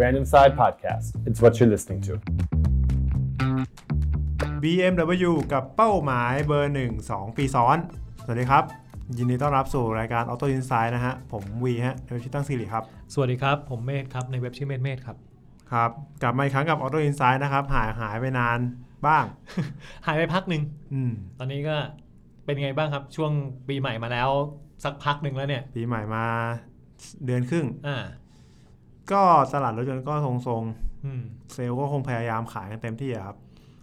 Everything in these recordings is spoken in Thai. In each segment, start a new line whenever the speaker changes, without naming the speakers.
Random Side Podcast. It's what you're listening to.
BMW กับเป้าหมายเบอร์ 1 2 ปีซ้อน สวัสดีครับ ยินดีต้อนรับสู่รายการ Auto Insight นะฮะ ผมวีฮะในเว็บชื่อตั้งสิริครับ
สวัสดีครับ ผมเมธครับ ในเว็บชื่อเมธเมธครับ
ครับ กลับมาอีกครั้งกับ Auto Insight นะครับ หายหายไปนานบ้าง
หายไปพักหนึ่ง
อืม
ตอนนี้ก็เป็นไงบ้างครับ ช่วงปีใหม่มาแล้วสักพักหนึ่งแล้วเนี่ย
ปีใหม่มาเดือนครึ่ง
อ่า
ก็ตลาดรถยนต์ก็ทรง
อืม
ๆ เซลล์ก็คงพยายามขายกันเต็มที่อะครับ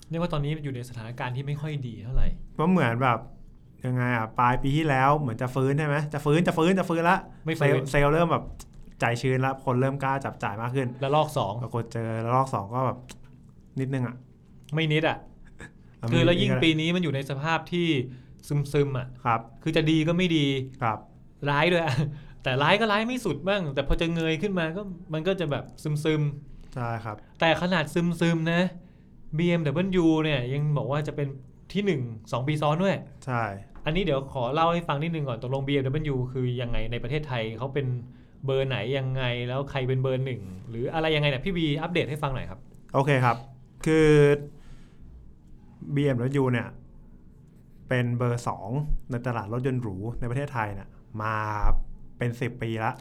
เรียกว่าตอนนี้อยู่ในสถานการณ์ที่ไม่ค่อยดีเท่าไหร่
เพราะเหมือนแบบยังไงอ่ะปลายปีที่แล้วเหมือนจะฟื้นใช่ไหมจะฟื้นจะฟื้นจะฟื้นละ
ไม่ฟื้
เซล
น
ล์เซลล์เริ่มแบบใจชื้นละคนเริ่มกล้าจับจ่ายมากขึ้น
แล้วลอกสอง
ปรากฏเจอระลอกสองก็แบบ นิดนึงอ่ะ
ไม่นิดอ่ะ
เา
คือแล้ว
ไม่
ยิ่ง
ก็ได้
ปีนี้มันอยู่ในสภาพที่ซึมๆอ่ะ
ครับ
คือจะดีก็ไม่ดี
ครับ
ร้ายด้วยอะ แต่ร้ายก็ร้ายไม่สุดบ้าง แต่พอจะเงยขึ้นมาก็มันก็จะแบบซึมๆ
ใช่ครับ
แต่ขนาดซึมๆนะ BMW เนี่ยยังบอกว่าจะเป็นที่หนึ่งสองปีซ้อนด้วย
ใช่
อันนี้เดี๋ยวขอเล่าให้ฟังนิดนึงก่อนตกลง BMW คือยังไงในประเทศไทยเขาเป็นเบอร์ไหนยังไงแล้วใครเป็นเบอร์หนึ่งหรืออะไรยังไงเนี่ยพี่บีอัปเดตให้ฟังหน่อยครับ
โอเคครับ คือ BMW เนี่ย เป็นเบอร์สองในตลาดรถยนต์หรูในประเทศไทยเนี่ยมาเป็น 10 ปีละ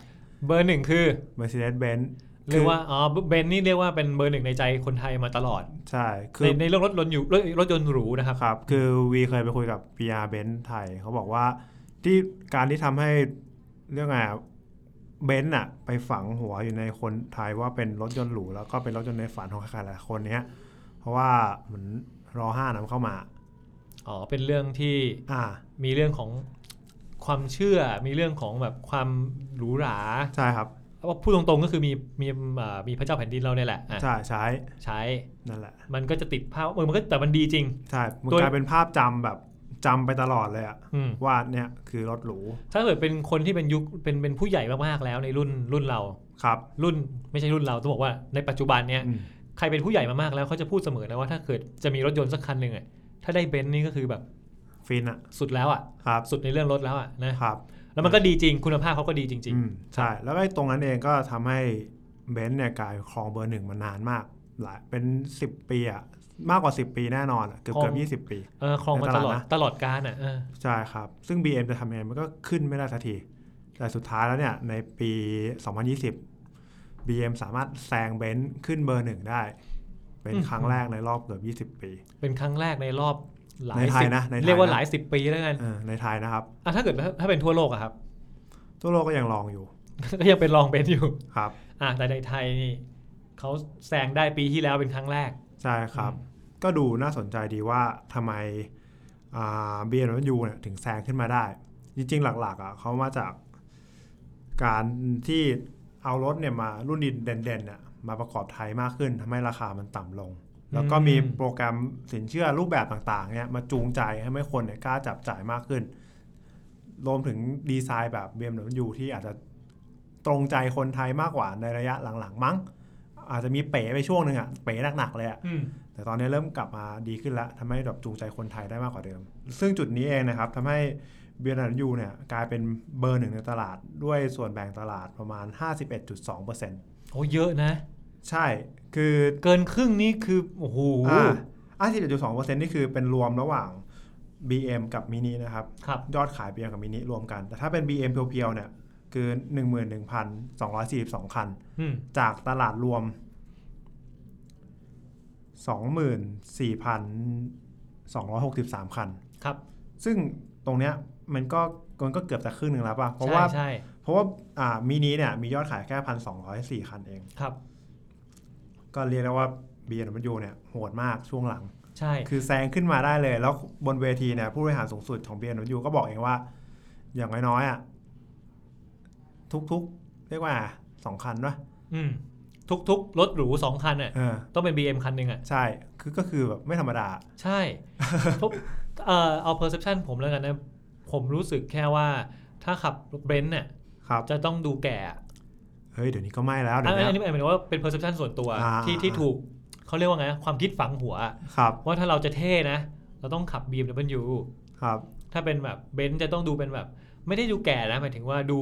เบอร์หนึ่งคือ
Mercedes-Benz
เรียกว่าอ๋อเบนซ์นี่เรียกว่าเป็นเบอร์หนึ่งในใจคนไทยมาตลอด
ใช่คื
ใน
อ
ในเรื่องรถยนต์อยู่รถรถยนต์หรูนะครับ
ครับ คือวีเคยไปคุยกับ PR Benz ไทย เขาบอกว่าที่การที่ทำให้เรื่องไงเบนซ์อะไปฝังหัวอยู่ในคนไทยว่าเป็นรถยนต์หรูแล้วก็เป็นรถยนต์ในฝันของใครหลายๆคนเนี้ย เพราะว่าเหมือนรอห้านำเข้ามา
อ๋อเป็นเรื่องที่
อ่า
มีเรื่องของความเชื่อ มีเรื่องของแบบความหรูหรา
ใช่ครับ
เอาว่าพูดตรงๆก็คือมีมีอ่ามีพระเจ้าแผ่นดินเราเนี่ยแหละอ่ะ
ใช่ใช้
ใช้
นั่นแหละ
มันก็จะติดภาพเออมันก็แต่มันดีจริง
ใช่มัน
โดย
กลายเป็นภาพจำแบบจำไปตลอดเลยอะ
อืม
ว่าเนี่ยคือรถหรู
ถ้าเกิดเป็นคนที่เป็นยุคเป็นเป็นผู้ใหญ่มากๆแล้วในรุ่นรุ่นเรา
ครับ
รุ่นไม่ใช่รุ่นเราต้องบอกว่าในปัจจุบันเนี่ย
อืม
ใครเป็นผู้ใหญ่มามากแล้วเขาจะพูดเสมอนะว่าถ้าเกิดจะมีรถยนต์สักคันหนึ่งอ่ะถ้าได้เบนซ์นี่ก็คือแบบ
ฟินอะ
สุดแล้วอ่ะ
ครับ
สุดในเรื่องรถแล้วอ่ะนะครับ แล้วมันก็ดีจริงคุณภาพเขาก็ดีจริง
อืมใช่ แล้วก็ไอ้ตรงนั้นเองก็ทำให้เบนซ์เนี่ยกลายครองเบอร์หนึ่งมานานมากหลายเป็น 10 ปีอะมากกว่า 10 ปีแน่นอนอะเกือบ
คร
เกื
อ
อง บยี่สิบ20 ปี
ๆเออครองมาตลอด
ในตลาดนะ
ตลอดการอ่ะเออ
ใช่ครับ ซึ่ง BM จะทำยังไงมันก็ขึ้นไม่ได้สักที แต่สุดท้ายแล้วเนี่ย ในปี 2020 BM สามารถแซงเบนซ์ขึ้นเบอร์หนึ่งได้ เป็นครั้งแรกในรอบเกือบ 20 ปี
เป็นครั้งแรกในรอบหลา
ใน
ย
ไทย
สิบ
นะในไทย
เรียกว่า
นะ
หลายสิบปีแล้วกัน
เออในไทยนะครับ
อ่ะถ้าเกิดถ้าเป็นทั่วโลกอะครับ
ทั่วโลกก็ยังลองอยู่
ก็ยังเป็นรองเบนซ์อยู่
ครับ
อ่ะแต่ในไทยนี่เขาแซงได้ปีที่แล้วเป็นครั้งแรก
ใช่ครับ ก็ดูน่าสนใจดีว่าทำไมเบียร์ยูเนี่ยถึงแซงขึ้นมาได้ จริงๆ หลักๆอ่ะเขามาจากการที่เอารถเนี่ยมารุ่นดินเด่นๆเนี่ยมาประกอบไทยมากขึ้นทำให้ราคามันต่ำลง แล้วก็มี
อืม
โปรแกรมสินเชื่อรูปแบบต่างๆเนี่ยมาจูงใจให้ไม่คนเนี่ยกล้าจับจ่ายมากขึ้น รวมถึงดีไซน์แบบเบียร์ยูที่อาจจะตรงใจคนไทยมากกว่าในระยะหลังๆ มั้ง อาจจะมีเป๋ไปช่วงหนึ่งอ่ะเป๋หนักๆเลยอ่ะ
อืม
แต่ตอนนี้เริ่มกลับมาดีขึ้นแล้วทำให้แบบจูงใจคนไทยได้มากกว่าเดิม ซึ่งจุดนี้เองนะครับทำให้เบียร์นันยูเนี่ยกลายเป็นเบอร์หนึ่งในตลาดด้วยส่วนแบ่งตลาดประมาณ 51.2%
โอ้เยอะนะ
ใช่ คือ
เกินครึ่งนี่คือ โอ้โห
อ่า51.2%นี่คือเป็นรวมระหว่าง BM กับมินินะครับ
ครับ
ยอดขาย BM กับมินิรวมกัน แต่ถ้าเป็น BM เพียวๆเนี่ยคือ 11,242 คัน
อืม
จากตลาดรวม 24,263 คัน
ครับ
ซึ่งตรงเนี้ยมันก็มันก็เกือบจะครึ่งหนึ่งแล้วป่ะ เพราะ
ใช่
ว่า
ใช่
เพราะว่าอ่ามินิเนี่ยมียอดขายแค่พันสองร้อยสี่คันเอง
ครับ
ก็เรียกได้ว่า BMW เนี่ยโหดมากช่วงหลัง
ใช่
คือแซงขึ้นมาได้เลย แล้วบนเวทีเนี่ยผู้บริหารสูงสุดของ BMW ก็บอกเองว่า อย่างน้อยๆอ่ะทุกๆ เรียกว่าสองคันวะ
อืมทุกทุกๆรถหรูสองคันอ่ะ
เออ
ต้องเป็น BM คันหนึ่งอ่ะ
ใช่ คือก็คือแบบไม่ธรรมดา
ใช่เพราะ เอ่อเอา perception ผมแล้วกันนะ ผมรู้สึกแค่ว่า ถ้าขับเบนซ์เนี่ย
ครับ
จะต้องดูแก่อะ
เฮ้ย เดี๋ยวนี้ก็ไม่แล้วเดี๋
อั
ย
น
ว
อันอัน
นี้
นี้หมายถึงว่าเป็น perception ส่วนตัว
อ่า
ที่ที่ถูกเขาเรียกว่าไง ความคิดฝังหัวอะ
ครับ
ว่าถ้าเราจะเท่นะ เราต้องขับ BMW
ครับ
ถ้าเป็นแบบเบนซ์จะต้องดูเป็นแบบ ไม่ได้ดูแก่นะหมายถึงว่าดู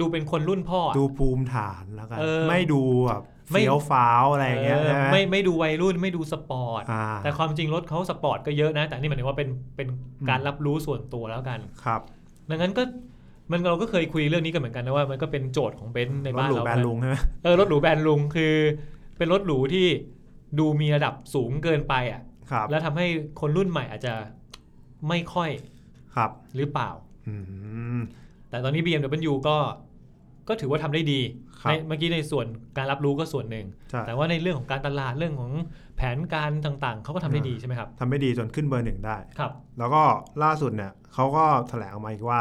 ดูเป็นคนรุ่นพ่ออะ
ดูภูมิฐานแล้วกัน
เออ
ไม่ดูแบบ
ไม่
เฟี้ยวฟ้าวอะไรอย่างเงี้ย
เออ
ใช่ไหม
ไม่ไม่ดูวัยรุ่นไม่ดูสปอร์ต
อ่า
แต่ความจริงรถเขาสปอร์ตก็เยอะนะ แต่นี่หมายถึงว่าเป็นเป็น
อืม
การรับรู้ส่วนตัวแล้วกัน
ครับ
ดังนั้นก็มันเราก็เคยคุยเรื่องนี้กันเหมือนกันนะว่ามันก็เป็นโจทย์ของเบนซ์ใน
รถ
บ้าน
หรู
เรา
แบรนด์ลุงใช่ไหม
เออรถหรูแบรนด์ลุงคือ เป็นรถหรูที่ดูมีระดับสูงเกินไปอ่ะ
ครับ
แล้วทำให้คนรุ่นใหม่อาจจะไม่ค่อย
ครับ
หรือเปล่า
อืม
แต่ตอนนี้ BMW ก็ก็ถือว่าทำได้ดี
ครับ
ในเมื่อกี้ในส่วนการรับรู้ก็ส่วนหนึ่ง
ใช่
แต่ว่าในเรื่องของการตลาดเรื่องของแผนการต่างๆ เขาก็ทำได้ดีใช่ไหมครับ
ทำไม่ดีจนขึ้นเบอร์หนึ่งได้
ครับ
แล้วก็ล่าสุดเนี่ยเขาก็แถลงออกมาอีกว่า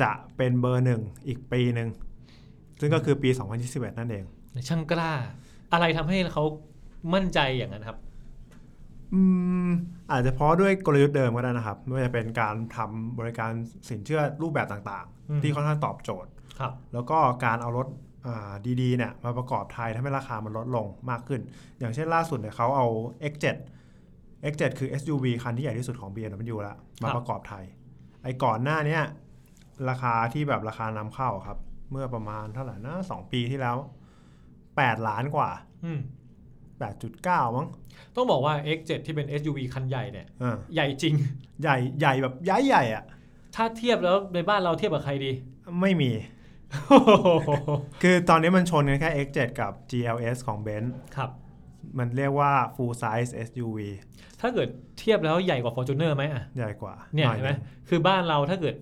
จะเป็นเบอร์หนึ่งอีกปีหนึ่ง ซึ่งก็คือปี 2021 นั่นเอง
ช่างกล้า อะไรทำให้เขามั่นใจอย่างนั้นครับ
อืมอาจจะเพราะด้วยกลยุทธ์เดิมก็ได้นะครับ ไม่ว่าจะเป็นการทำบริการสินเชื่อรูปแบบต่าง
อืม
ๆ ที่ค่อนข้างตอบโจทย์
ครับ
แล้วก็การเอารถอ่าดีๆเนี่ยมาประกอบไทยทำให้ราคามันลดลงมากขึ้น อย่างเช่นล่าสุดเนี่ยเขาเอา X7 X7 คือ SUV คันที่ใหญ่ที่สุดของ BMW แล้วมาประกอบไทย ไอ้ก่อนหน้าเนี้ยราคาที่แบบราคานำเข้าครับ เมื่อประมาณเท่าไหร่นะสองปีที่แล้ว 8 ล้านกว่า
อืม
8.9 มั้ง
ต้องบอกว่า X7 ที่เป็น SUV คันใหญ่เนี่ย
อ่า
ใหญ่จริง
ใหญ่ใหญ่แบบย้ายใหญ่ๆอะ
ถ้าเทียบแล้วในบ้านเราเทียบกับใครดี
ไม่มี คือตอนนี้มันชนกันแค่ X7 กับ GLS ของ Benz
ครับ
มันเรียกว่า full size SUV
ถ้าเกิดเทียบแล้วใหญ่กว่า Fortuner ไหมอ่ะ
ใหญ่กว่า
เนี่ย
หน่อ
เห็นไหม
ง
คือบ้านเราถ้าเกิด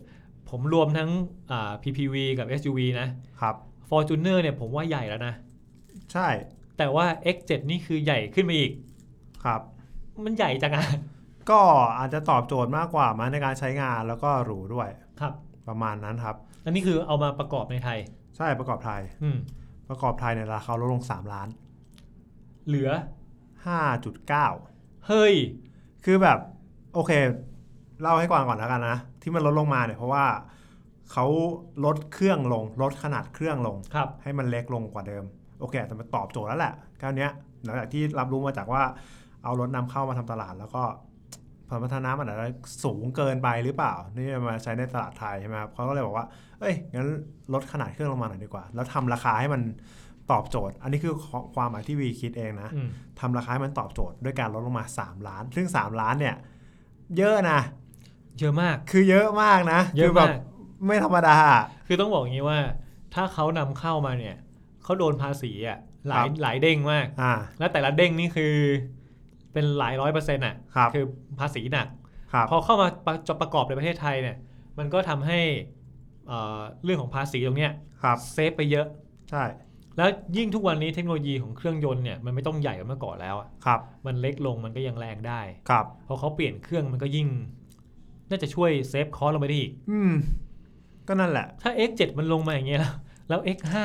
ผมรวมทั้งอ่า PPV กับ SUV นะ
ครับ
Fortuner เนี่ยผมว่าใหญ่แล้วนะ
ใช่
แต่ว่า X7 นี่คือใหญ่ขึ้นไปอีก
ครับ
มันใหญ่จังอ่ะ
ก็อาจจะตอบโจทย์มากกว่ามั้งในการใช้งานแล้วก็หรูด้วย
ครับ
ประมาณนั้นครับ
อันนี้คือเอามาประกอบในไทย
ใช่ประกอบไทย
อืม
ประกอบไทยเนี่ยราคาลดลง 3 ล้าน
เหลือ
5.9
เฮ้ย
คือแบบโอเค เล่าให้ก่อนก่อนแล้วกันนะ ที่มันลดลงมาเนี่ยเพราะว่าเขาลดเครื่องลง ลดขนาดเครื่องลง
ครับ
ให้มันเล็กลงกว่าเดิม โอเคแต่มันตอบโจทย์แล้วแหละคราวเนี้ยหลังจากที่รับรู้มาจากว่าเอารถนำเข้ามาทำตลาด แล้วก็ผลพัฒนามันอาจจะสูงเกินไปหรือเปล่า นี่มาใช้ในตลาดไทยใช่ไหมครับเขาก็เลยบอกว่า เอ้ยงั้นลดขนาดเครื่องลงมาหน่อยดีกว่า แล้วทำราคาให้มันตอบโจทย์ อันนี้คือความหมายที่วีคิดเองนะ
อืม
ทำราคาให้มันตอบโจทย์ด้วยการลดลงมา 3 ล้าน ซึ่ง 3 ล้านเนี่ยเยอะนะ
เยอะมาก
คือเยอะมากนะ
เย
คื
อะ
แบ
มา
บ
ก
ไม่ธรรมดา
คือต้องบอกอย่างนี้ว่า ถ้าเขานำเข้ามาเนี่ย เขาโดนภาษีอ่ะ หลา
ค
ย
รับ
หลายเด้งมาก
อ่า
และแต่ละเด้งนี่คือ เป็นหลายร้อยเปอร์เซ็นต์อ่ะ
ครับ
คือภาษีหนัก
ครับ
พอเข้ามาประจะประกอบในประเทศไทยเนี่ย มันก็ทำให้เอ่อเรื่องของภาษีตรงเนี้ย
ครับ
เซฟไปเยอะ
ใช่
แล้วยิ่งทุกวันนี้เทคโนโลยีของเครื่องยนต์เนี่ยมันไม่ต้องใหญ่กว่าเมื่อก่อนแล้วอะ
ครับ
มันเล็กลงมันก็ยังแรงได้
ครับ
พอเขาเปลี่ยนเครื่องมันก็ยิ่ง น่าจะช่วยเซฟคอสลงไปได้อีก
อืม ก็นั่นแหละ
ถ้า X7 มันลงมาอย่างเงี้ยแล้วแล้ว X5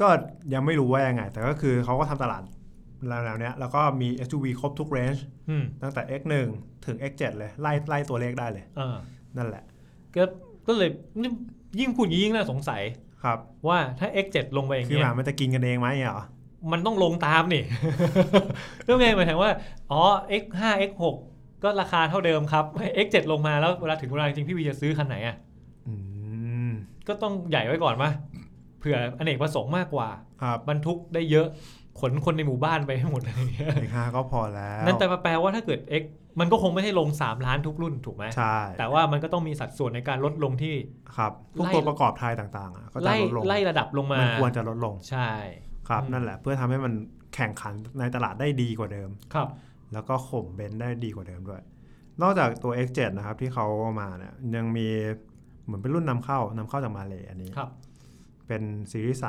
ก็ยังไม่รู้ว่ายังไง แต่ก็คือเขาก็ทำตลาดแนวๆเนี้ยแล้วก็มี SUV ครบทุกเรนจ์
อืม
ตั้งแต่ X1 ถึง X7 เลย ไล่ไล่ตัวเลขได้เลย
เออ
นั่นแหละ
ก็ก็เลยยิ่งพูดยิ่งน่าสงสัย
ครับ
ว่าถ้า X7 ลงไปอย่าง
คือ
เงี้
ห
ย
มามันจะกินกันเองไหมเหรอ
มันต้องลงตาม นี่ เรื่องไงหมายถึงว่า อ๋อ X5 X6 ก็ราคาเท่าเดิมครับ X7 ลงมาแล้วเวลาถึงเวลาจริงๆพี่วีจะซื้อคันไหนอ่ะ
อืม
ก็ต้องใหญ่ไว้ก่อนมะเผื่ออเนกประสงค์มากกว่า
ครับ
บรรทุกได้เยอะขนคนในหมู่บ้านไปให้หมด อะไรอย่างเงี้ย
X5 ก็พอแล้ว
นั่นแต่แปลว่าถ้าเกิด X มันก็คงไม่ให้ลง 3 ล้านทุกรุ่นถูกไหม
ใช่
แต่ว่ามันก็ต้องมีสัดส่วนในการลดลงที่
ครับ พวก
ไล่
ตัวประกอบไทยต่างๆอ่ะก็จะ
ไล่
ลดลง
ไล่ระดับลงมาม
มันควรจะลดลง
ใช่
ครับ
อืม
นั่นแหละ เพื่อทำให้มันแข่งขันในตลาดได้ดีกว่าเดิม
ครับ
แล้วก็ข่มเบนซ์ได้ดีกว่าเดิมด้วย นอกจากตัว X7 นะครับที่เขาเอามาเนี่ยยังมีเหมือนเป็นรุ่นนำเข้านำเข้าจากมาเลยอันนี้
ครับ
เป็นซีรีส์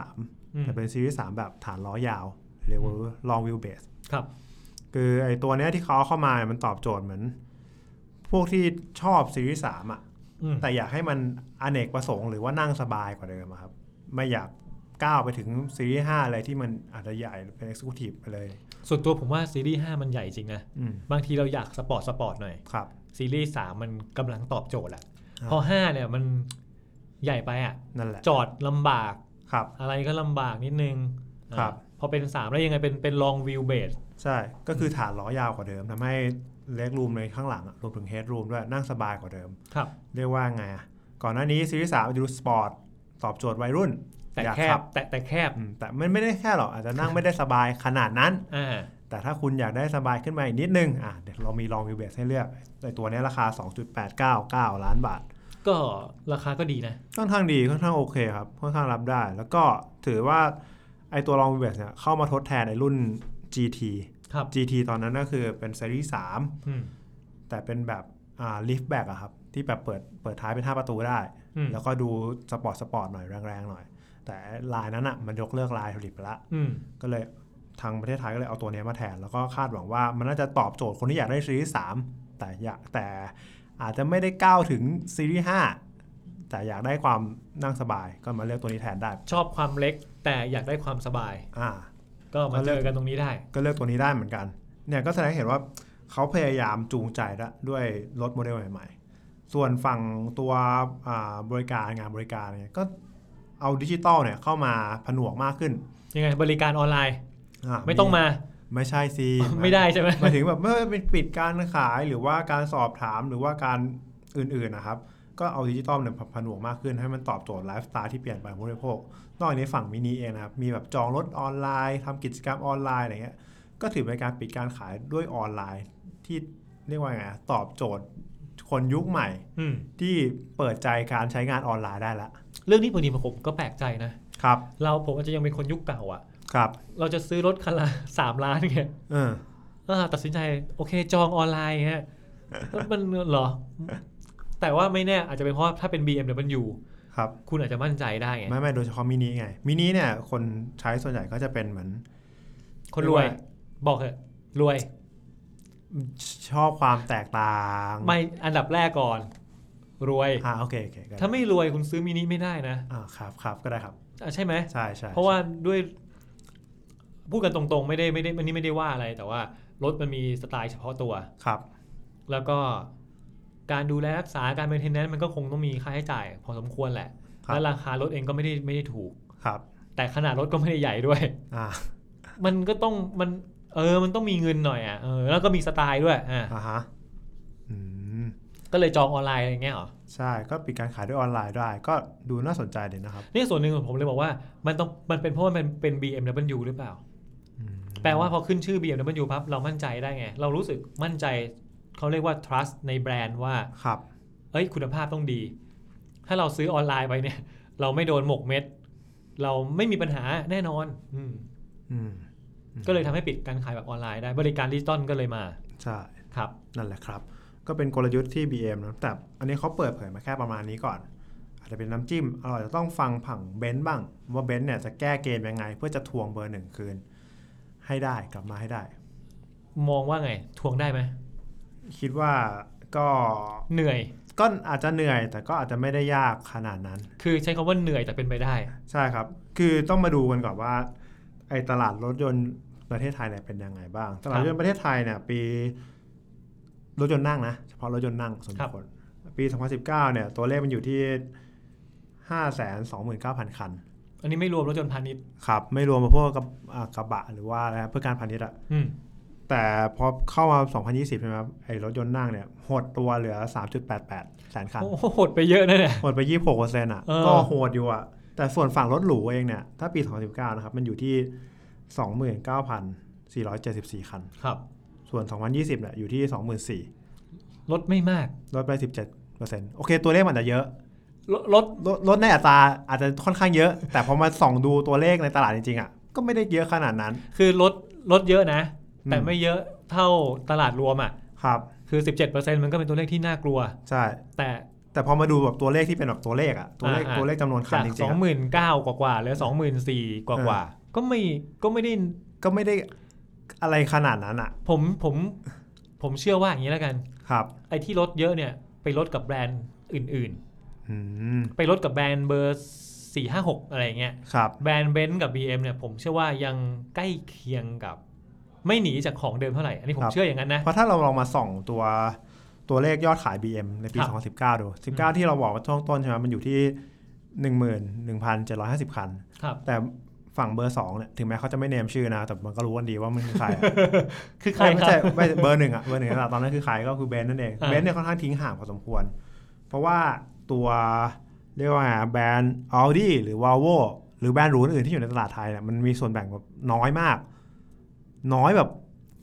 อื
3
ม
แต่เป็นซีรีส์3แบบฐานล้อยาว เรียกว่า long wheel base
ครับ
คือไอตัวเนี้ยที่เขาเอาเข้ามาเนี่ยมันตอบโจทย์เหมือน พวกที่ชอบซีรีส์3อ่ะ
อืม
แต่อยากให้มันอเนกประสงค์หรือว่านั่งสบายกว่าเดิมอะครับ ไม่อยากก้าวไปถึงซีรีส์5อะไรที่มันอาจจะใหญ่เป็น Executive ไปเลย
ส่วนตัวผมว่าซีรีส์5มันใหญ่จริงนะ
อืม
บางทีเราอยากสปอร์ตสปอร์ตหน่อย
ครับ
ซีรีส์3มันกำลังตอบโจทย์แหละ
อ่า
พอ 5 เนี่ยมันใหญ่ไปอ่ะ
นั่นแหละ
จอดลำบาก
ครับ
อะไรก็ลำบากนิดนึง
ครับ
อ่าพอเป็น 3 แล้วยังไงเป็นเป็นลองวิวเบส
ใช่ก็คือฐานล้อยาวกว่าเดิมทำให้เล็กรูมในข้างหลังอะรวมถึงเฮดรูมด้วยนั่งสบายกว่าเดิม
ครับ
เรียกว่าไงอะก่อนหน้านี้ซีรีส์สามดูสปอร์ตตอบโจทย์วัยรุ่น
แต่
อยาก
แค
ขั
บแต่แต่แคบ
อืมแต่มันไม่ได้แค่หรอกอาจจะนั่งไม่ได้สบายขนาดนั้น
อ่า
แต่ถ้าคุณอยากได้สบายขึ้นมาอีกนิดนึงอ่ะเดี๋ยวเรามีลองวิวเบสให้เลือกในตัวเนี้ยราคา 2.899 ล้านบาท
ก็ราคาก็ดีนะ
ค่อนข้างดีค่อนข้างโอเคครับค่อนข้างรับได้ แล้วก็ถือว่าไอตัวลองวิวเบสเนี่ยเข้ามาทดแทนในรุ่น GT
ครับ
GT ตอนนั้นก็คือเป็นซีรีส์
อืม
3แต่เป็นแบบอ่าลิฟต์แบ็กอะครับที่แบบเปิดเปิดท้ายเป็น5ประตูได้
อืม
แล้วก็ดูสปอร์ตสปอร์ตหน่อยแรงๆหน่อย แต่ลายนั้นอะมันยกเลิกลายผลิตไปละ
อืม
ก็เลยทางประเทศไทยก็เลยเอาตัวเนี้ยมาแทน แล้วก็คาดหวังว่ามันน่าจะตอบโจทย์คนที่อยากได้ซีรีส์สามแต่อยากแต่อาจจะไม่ได้ก้าวถึงซีรีส์ห้าแต่อยากได้ความนั่งสบายก็มาเลือกตัวนี้แทนได้
ชอบความเล็กแต่อยากได้ความสบาย
อ่า
ก็มา
ก็เลื
เจ
อก
อกันตรงนี้ได้
ก็เลือกตัวนี้ได้เหมือนกันเนี่ยก็แสดงให้เห็นว่าเขาพยายามจูงใจละด้วยรถโมเดลใหม่ๆ ส่วนฝั่งตัวอ่าบริการงานบริการเนี่ยก็เอาดิจิตอลเนี่ยเข้ามาผนวกมากขึ้น
ยังไงบริการออนไลน์
า
ไม่ต้องมา
ไม่ใช่สิ
ไม่ได้ใช่ไหม
หมายถึงแบบไม่ว่าเป็นปิดการขายหรือว่าการสอบถามหรือว่าการอื่นๆนะครับ ก็เอาดิจิตอลเนี่ยผนวกมากขึ้นให้มันตอบโจทย์ไลฟ์สไตล์ที่เปลี่ยนไปของผู้บริโภค นอกจากนี้ฝั่งมินิเองนะครับ มีแบบจองรถออนไลน์ทำกิจกรรมออนไลน์อะไรเงี้ยก็ถือเป็นการปิดการขายด้วยออนไลน์ที่เรียกว่าไงอะตอบโจทย์คนยุคใหม่
อืม
ที่เปิดใจการใช้งานออนไลน์ได้ละ
เรื่องนี้พอดีผมก็แปลกใจนะ
ครับ
เราผมอาจจะยังเป็นคนยุคเก่าอ่ะ
ครับ
เราจะซื้อรถคันละ สามล้านเงี้ย
เออ
อ่าตัดสินใจโอเคจองออนไลน์ ฮะแล้วมันเหรอ แต่ว่าไม่แน่อาจจะเป็นเพราะว่าถ้าเป็น BMW
ครับ
คุณอาจจะมั่นใจได้ไง
ไม่ไม่โดยเฉพาะมินิไงมินิเนี่ยคนใช้ส่วนใหญ่ก็จะเป็นเหมือน
คนรวย บอกเถอะรวย
ชอบความแตกต่าง
ไม่อันดับแรกก่อน รวย
อ่าโอเคโอเคก็ได้
ถ้าไม่รวยคุณซื้อมินิไม่ได้นะ
อ่าครับครับก็ได้ครับ
อ่ะใช่ไหม
ใช่ใช่
เพราะว่าด้วยพูดกันตรงๆ ไม่ได้ไม่ได้มันนี่ไม่ได้ว่าอะไร แต่ว่ารถมันมีสไตล์เฉพาะตัว
ครับ
แล้วก็การดูแลรักษาการเมนเทนแนนซ์มันก็คงต้องมีค่าใช้จ่าย พอสมควรแหละ
ครับ
และราคารถเองก็ไม่ได้ไม่ได้ถูก
ครับ
แต่ขนาดรถก็ไม่ได้ใหญ่ด้วย
อ่า
มันก็ต้องมันเออมันต้องมีเงินหน่อยอ่ะเออแล้วก็มีสไตล์ด้วยอ่ะ
อ่าฮะอืม
ก็เลยจองออนไลน์อะไรอย่างเงี้ยเหรอ
ใช่ก็ปิดการขายด้วยออนไลน์ได้ ก็ดูน่าสนใจดีนะครับ
นี่ส่วนหนึ่งของผมเลยบอกว่ามันต้องมันเป็นเพราะว่ามันเป็น BMW หรือเปล่า
อืม
แปลว่าพอขึ้นชื่อ BMW ปั๊บเรามั่นใจได้ไง เรารู้สึกมั่นใจเขาเรียกว่า trust ในแบรนด์ว่า
ครับ
เอ้ยคุณภาพต้องดี ถ้าเราซื้อออนไลน์ไปเนี่ย เราไม่โดนหมกเม็ด เราไม่มีปัญหาแน่นอนอืม
อืม
ก็เลยทำให้ปิดการขายแบบออนไลน์ได้ บริการดิจิตอลก็เลยมา
ใช่
ครับ
นั่นแหละครับ ก็เป็นกลยุทธ์ที่ BM นะแต่อันนี้เขาเปิดเผยมาแค่ประมาณนี้ก่อน อาจจะเป็นน้ำจิ้มเราอาจจะต้องฟังผังเบนซ์บ้าง ว่าเบนซ์เนี่ยจะแก้เกมยังไง เพื่อจะทวงเบอร์หนึ่งคืน ให้ได้กลับมาให้ได้
มองว่าไง ทวงได้ไหม
คิดว่าก็
เหนื่อย
ก็อาจจะเหนื่อยแต่ก็อาจจะไม่ได้ยากขนาดนั้น
คือใช้คำว่าเหนื่อยแต่เป็นไปได้
ใช่ครับ คือต้องมาดูกันก่อนว่า ไอ้ตลาดรถยนต์ประเทศไทยเนี่ยเป็นยังไงบ้าง ตลาดรถยนต์ประเทศไทยเนี่ยปีรถยนต์นั่งนะ เฉพาะรถยนต์นั่งส่วนบุคคลปี 2019เนี่ยตัวเลขมันอยู่ที่ 529,000 คัน
อันนี้ไม่รวมรถยนต์พาณิชย์
ครับ ไม่รวมมาพวกกับอ่ากระบะหรือว่าอะไรนะเพื่อการพาณิชย์อะ
อืม
แต่พอเข้ามา 2020 ใช่ไหมครับไอ้รถยนต์นั่งเนี่ยหดตัวเหลือ 3.88 แสนคัน
โอ้โหหดไปเยอะนะเนี่ย
หดไปยี่หกเปอร์เซ็นต์อ่ะ
เออ
ก็โหดอยู่อ่ะ แต่ส่วนฝั่งรถหรูเองเนี่ย ถ้าปี 2019 นะครับ มันอยู่ที่ 29,474 คัน
ครับ
ส่วน 2020เนี่ยอยู่ที่ 24,000
รถไม่มาก
ลดไป 17เปอร์เซ็นต์โอเค ตัวเลขมันอาจจะเยอะ
รถรถ
ลดลดในอัตราอาจจะค่อนข้างเยอะ แต่พอมาส่องดูตัวเลขในตลาดจริงๆอ่ะ ก็ไม่ได้เยอะขนาดนั้น
คือรถรถเยอะนะ แต่
อืม
ไม่เยอะเท่าตลาดรวมอ่ะ
ครับ
คือ 17%มันก็เป็นตัวเลขที่น่ากลัว
ใช่
แต่
แต่พอมาดูแบบตัวเลขที่เป็นแบบตัวเลขอ่ะ ตัวเลข
อ่าๆ
ตัวเลขจำนวนคัน
จาก
จริงๆอะ
29,000 กว่ากว่าๆเหลือ 24,000 กว่ากว่าๆก็ไม่ก็ไม่ได้
ก็ไม่ได้อะไรขนาดนั้นอ่ะ
ผมผมผมเชื่อว่าอย่างนี้แล้วกัน
ครับ
ไอ้ที่ลดเยอะเนี่ย ไปลดกับแบรนด์อื่น
อืม
ๆ ไปลดกับแบรนด์เบอร์ 456 อะไรอย่างเงี้ย
ครับ
แบรนด์เบนซ์กับ BM เนี่ยผมเชื่อว่ายังใกล้เคียงกับ ไม่หนีจากของเดิมเท่าไหร่ อันนี้ผ
ค
ม
รับ
เชื่ออย่างนั้นนะ
เพราะถ้าเราลองมาส่องตัวตัวเลขยอดขาย BM ในปี
ครับ
2019 ดู 19 ที่เราบอกว่าช่วงต้นใช่ไหมมันอยู่ที่ 11,750 คัน
ครับ
แต่ ฝั่งเบอร์สองเนี่ยถึงแม้เขาจะไม่เนมชื่อนะ แต่มันก็รู้กันดีว่ามันคือใครอะ
คือใคร
ไม่ไม่
ครั
ใช่
บ
ไม่เบอร์หนึ่งอะเบอร์หนึ่งตอนนั้นคือใครก็คือเบนซ์นั่นเอง
อ่า
เบนซ์เนี่ยค่อนข้างทิ้งห่างพอสมควร เพราะว่าตัวเรียกว่าไงแบรนด์อ u d ดี้หรือวา l v o หรือแบรนด์หรูอื่นๆที่อยู่ในตลาดไทยเนี่ยมันมีส่วนแบ่งแบบน้อยมาก น้อยแบบ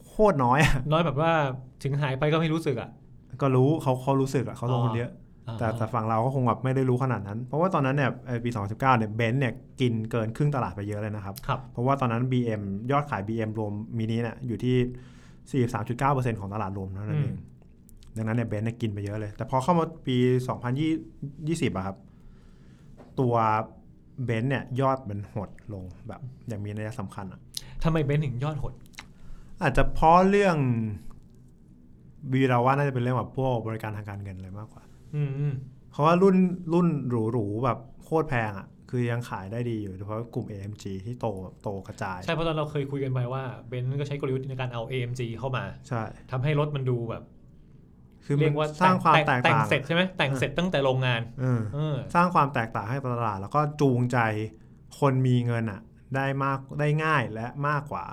โคตรน้อยอะ
น้อยแบบว่าถึงหายไปก็ไม่รู้สึกอ่ะ
ก็รู้เขาเขารู้สึกอะเขาลงทุน
อ๋อ
เยอะ แต่แต่ฝั่งเราก็คงแบบไม่ได้รู้ขนาดนั้น เพราะว่าตอนนั้นเนี่ยไอ้ปี 2019เนี่ยเบนซ์เนี่ยกินเกินครึ่งตลาดไปเยอะเลยนะครับ
ครับ
เพราะว่าตอนนั้น BM ยอดขาย BM รวมมินิเนี่ยอยู่ที่ 43.9%ของตลาดรวมเท่านั้นเอง ดังนั้นเนี่ยเบนซ์เนี่ยกินไปเยอะเลย แต่พอเข้ามาปี 2020อะครับ ตัวเบนซ์เนี่ยยอดมันหดลงแบบอย่างมีนัยสำคัญอะ
ทำไมเบนซ์ถึงยอดหด
อาจจะเพราะเรื่องวีเราว่าน่าจะเป็นเรื่องแบบพวกบริการทางการเงินอะไรมากกว่า
อืมอืม
เพราะว่ารุ่นรุ่นหรูๆแบบโคตรแพงอะ่ะ คือยังขายได้ดีอยู่โดยเฉพาะกลุ่ม AMG ที่โตแบบโตกระจาย
ใช่เพราะตอนเราเคยคุยกันไปว่าเบนซ์ก็ใช้กลยุทธ์ในการเอา AMG เข้ามา
ใช่
ทำให้รถมันดูแบบ
คือ
เรี
มั
ย
น
กว่า
สร้างความแตก
แต่ง
ต่าง
เสร็จใช่ไหมแต่งเสร็จตั้งแต่โรงงาน
เออ
เออ
สร้างความแตกต่างให้ตลาด แล้วก็จูงใจคนมีเงินอะ่ะ ได้มากได้ง่ายและมากกว่า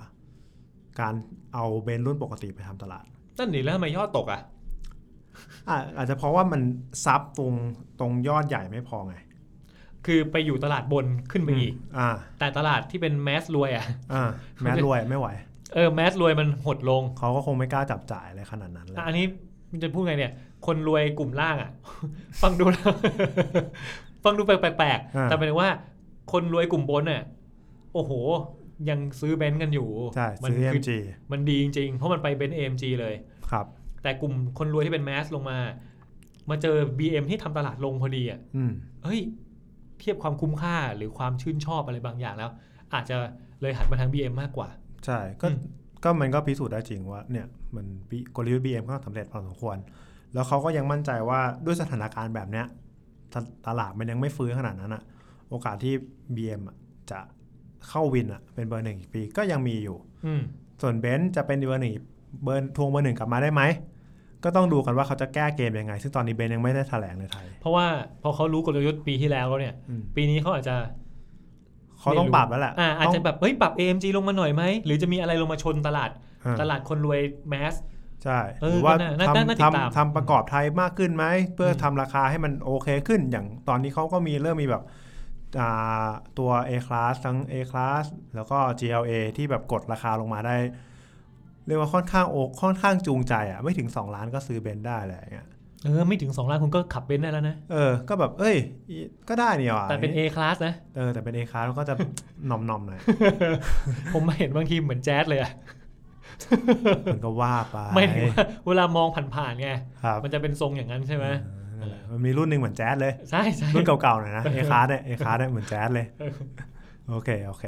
การเอาเบนซ์รุ่นปกติไปทำตลาด
นั่นนี่แล้วทำไมยอดตกอ่ะ
อ่ะอาจจะเพราะว่ามันซับตรงตรงยอดใหญ่ไม่พอไง
คือไปอยู่ตลาดบนขึ้นไปอีก
อ่า
แต่ตลาดที่เป็นแมสรวยอ่ะ
อ่าแม้รวยไม่ไหว
เออแมสรวยมันหดลง
เขาก็คงไม่กล้าจับจ่ายอะไรขนาดนั้นเลย
อ่ะอันนี้มันจะพูดไงเนี่ย คนรวยกลุ่มล่างอ่ะ ฟังดูแล้ว ฟังดูแปลก
อ่า
ๆ แต่หมายถึงว่า คนรวยกลุ่มบนเนี่ยโอ้โห ยังซื้อเบนซ์กันอยู่
ใช่
มั
ซื้อ
คื
AMG
มันดีจริงๆ เพราะมันไปเบนซ์เอ็มจีเลย
ครับ
แต่กลุ่มคนรวยที่เป็นแมสลงมา มาเจอ BM ที่ทำตลาดลงพอดีอ่ะ
อืม
เฮ้ย เทียบความคุ้มค่าหรือความชื่นชอบอะไรบางอย่างแล้ว อาจจะเลยหันมาทาง BM มากกว่า
ใช่ก็
อืม
ก็มันก็พิสูจน์ได้จริงว่าเนี่ยมันปีกลยุทธ์บีเอ็มก็สำเร็จพอสมควร แล้วเขาก็ยังมั่นใจว่าด้วยสถานการณ์แบบเนี้ยตตลาดมันยังไม่ฟื้นขนาดนั้นอะโอกาสที่ BM อะจะเข้าวินอะเป็นเบอร์หนึ่งอีกปีก็ยังมีอยู่
อืม
ส่วนเบนซ์จะเป็นเบอร์หนึ่งเบอร์ทวงเบอร์หนึ่งกลับมาได้ไหม ก็ต้องดูกันว่าเขาจะแก้เกมยังไง ซึ่งตอนนี้เบนซ์ยังไม่ได้แถลงในไทย
เพราะว่าพอเขารู้กลยุทธ์ปีที่แล้วแล้วเนี่ย
อืม
ปีนี้เขาอาจจะ
เขาต้องปรับแล้วแหละ
อ่าอาจ
ต้อง
จะแบบเฮ้ยปรับ AMG ลงมาหน่อยไหม หรือจะมีอะไรลงมาชนตลาด
อ่า
ตลาดคนรวยแมส
ใช่
เอ
ห
อ
รือว่า
ก็น่าน่าน่า
ทำ
ติดตาม
ทำทำประกอบไทยมากขึ้นไหม เพื่ออ
ม
ทำราคาให้มันโอเคขึ้นอย่างตอนนี้เขาก็มีเริ่มมีแบบอ่าตัว A class ทั้ง A class แล้วก็ GLA ที่แบบกดราคาลงมาได้ เรียกว่าค่อนข้างโอค่อนข้างจูงใจอ่ะ ไม่ถึง 2 ล้านก็ซื้อเบนซ์ได้แหละไรอย่างเงี้ย
เออไม่ถึง2ล้านคุณก็ขับเบนซ์ได้แล้วนะ
เออ ก็แบบ เอ้ย ก็ได้นี่หว่า
แต่เป็น A class นะ
เออแต่เป็น A class มันก็จะ หน่อมๆหน่อย
ผมมาเห็นบางทีเหมือนแจ๊สเลยอะ
มันก็ว่าไป
ไม่ถึงว่าเวลามองผ่านๆไง
ครับ
มันจะเป็นทรงอย่างนั้นใช่ไหม
เออนั่นแหละมันมีรุ่นหนึ่งเหมือนแจ๊สเลย
ใช่ใช่
รุ่นเก่าๆหน่อย นะเอคาร์ดเนี่ยเอคาร์ดเนี่ยเหมือนแจ๊สเลย โอเค โอเค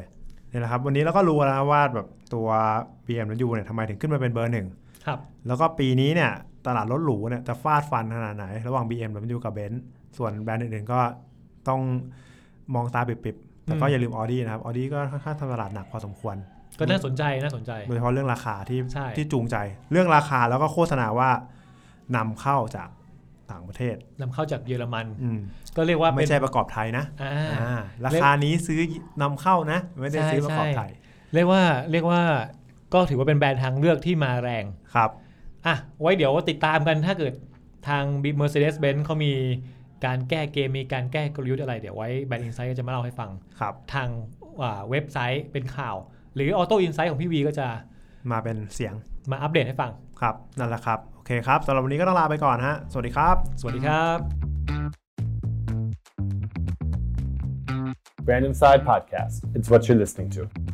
นี่แหละครับ วันนี้เราก็รู้แล้วนะว่าแบบตัว BMW เนี่ยทำไมถึงขึ้นมาเป็นเบอร์หนึ่ง
ครับ
แล้วก็ปีนี้เนี่ย ตลาดรถหรูเนี่ยจะฟาดฟันขนาดไหน ระหว่าง BMW กับ Benz ส่วนแบรนด์อื่นๆก็ต้องมองตาปิบๆ แต่ก็
อืม
อย่าลืม Audi นะครับ Audi ก็ค่อนข้างทำตลาดหนักพอสมควร
ก็น่าสนใจน่าสนใจ
โดยเฉพาะเรื่องราคาที่
ใช่
ที่จูงใจ เรื่องราคาแล้วก็โฆษณาว่านำเข้าจากต่างประเทศ
นำเข้าจากเยอรมัน
อืม
ก็เรียกว่าเป็
ไม่
น
ใช่ประกอบไทยนะ
อ่า
อ่าราคานี้ซื้อนำเข้านะ ไม่ได้
ใช่
ซื้อประกอบไทย
เรียกว่าเรียกว่าก็ถือว่าเป็นแบรนด์ทางเลือกที่มาแรง
ครับ
อ่ะไว้เดี๋ยวติดตามกันถ้าเกิดทาง Mercedes-Benz เขามีการแก้เกมมีการแก้กลยุทธ์อะไร เดี๋ยวไว้แบรนด์อินไซต์ก็จะมาเล่าให้ฟัง
ครับ
ทางอ่าเว็บไซต์เป็นข่าว หรือ Auto Insight ของพี่วีก็จะ
มาเป็นเสียง
มาอัปเดตให้ฟัง
ครับ นั่นแหละครับ โอเคครับสำหรับวันนี้ก็ต้องลาไปก่อนฮะ สวัสดีครับ
สวัสดีครับ
Brand Inside Podcast. It's what you're listening to.